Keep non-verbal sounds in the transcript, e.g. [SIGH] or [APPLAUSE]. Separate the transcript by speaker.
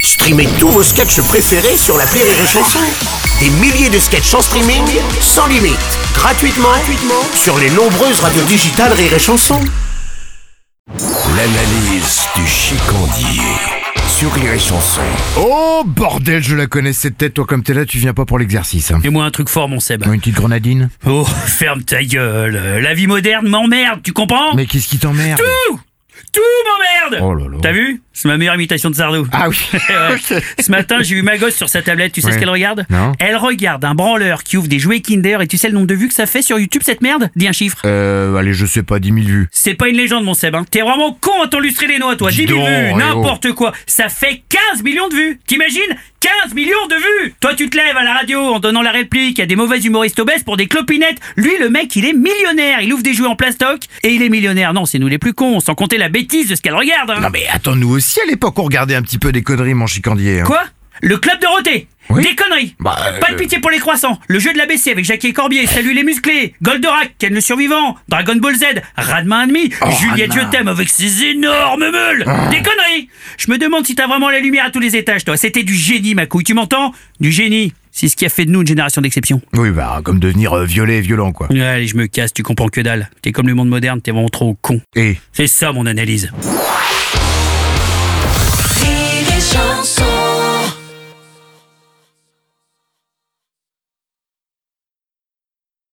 Speaker 1: Streamez tous vos sketchs préférés sur la Rire et Chanson. Des milliers de sketchs en streaming, sans limite, gratuitement, gratuitement sur les nombreuses radios digitales Rire et Chanson. L'analyse du chicandier sur Rire et Chanson.
Speaker 2: Oh bordel, je la connais cette tête, toi comme t'es là, tu viens pas pour l'exercice. hein.
Speaker 3: Fais-moi un truc fort, mon Seb.
Speaker 2: Une petite grenadine
Speaker 3: Oh, [LAUGHS] ferme ta gueule. La vie moderne m'emmerde, tu comprends
Speaker 2: Mais qu'est-ce qui t'emmerde
Speaker 3: Tout Tout m'emmerde
Speaker 2: Oh là là.
Speaker 3: T'as vu C'est ma meilleure imitation de Sardou.
Speaker 2: Ah oui
Speaker 3: Ouais.
Speaker 2: Ok.
Speaker 3: Ce matin, j'ai eu ma gosse sur sa tablette. Tu sais
Speaker 2: Ouais.
Speaker 3: ce qu'elle regarde
Speaker 2: Non.
Speaker 3: Elle regarde un branleur qui ouvre des jouets Kinder et tu sais le nombre de vues que ça fait sur YouTube cette merde Dis un chiffre.
Speaker 2: Euh, allez, je sais pas, 10 000 vues.
Speaker 3: C'est pas une légende, mon Seb. hein. T'es vraiment con à t'enlustrer les noix, toi.
Speaker 2: Dis
Speaker 3: 10 000
Speaker 2: donc, eh
Speaker 3: vues,
Speaker 2: oh.
Speaker 3: n'importe quoi. Ça fait 15 millions de vues. T'imagines 15 millions de vues Toi, tu te lèves à la radio en donnant la réplique à des mauvais humoristes obèses pour des clopinettes. Lui, le mec, il est millionnaire. Il ouvre des jouets en plastoc et il est millionnaire. Non, c'est nous les plus cons, sans compter la bêtise de ce qu'elle regarde. hein.
Speaker 2: Non mais attends, nous aussi à l'époque on regardait un petit peu des conneries mon chicandier. hein.
Speaker 3: Quoi Le club de Roté
Speaker 2: Oui.
Speaker 3: Des conneries
Speaker 2: Bah, euh,
Speaker 3: Pas de pitié pour les croissants Le jeu de l'ABC avec Jackie et Corbier, Salut les musclés Goldorak, Ken le survivant Dragon Ball Z, Radma demi,
Speaker 2: Oh,
Speaker 3: Juliette
Speaker 2: Radma.
Speaker 3: Je t'aime avec ses énormes meules
Speaker 2: Ah.
Speaker 3: Des conneries Je me demande si t'as vraiment la lumière à tous les étages toi C'était du génie ma couille, tu m'entends Du génie C'est ce qui a fait de nous une génération d'exception
Speaker 2: Oui bah comme devenir euh, violet et violent quoi.
Speaker 3: Ouais, Allez je me casse, tu comprends que dalle T'es comme le monde moderne, t'es vraiment trop con
Speaker 2: Et
Speaker 3: C'est ça mon analyse
Speaker 4: Rire et chanson.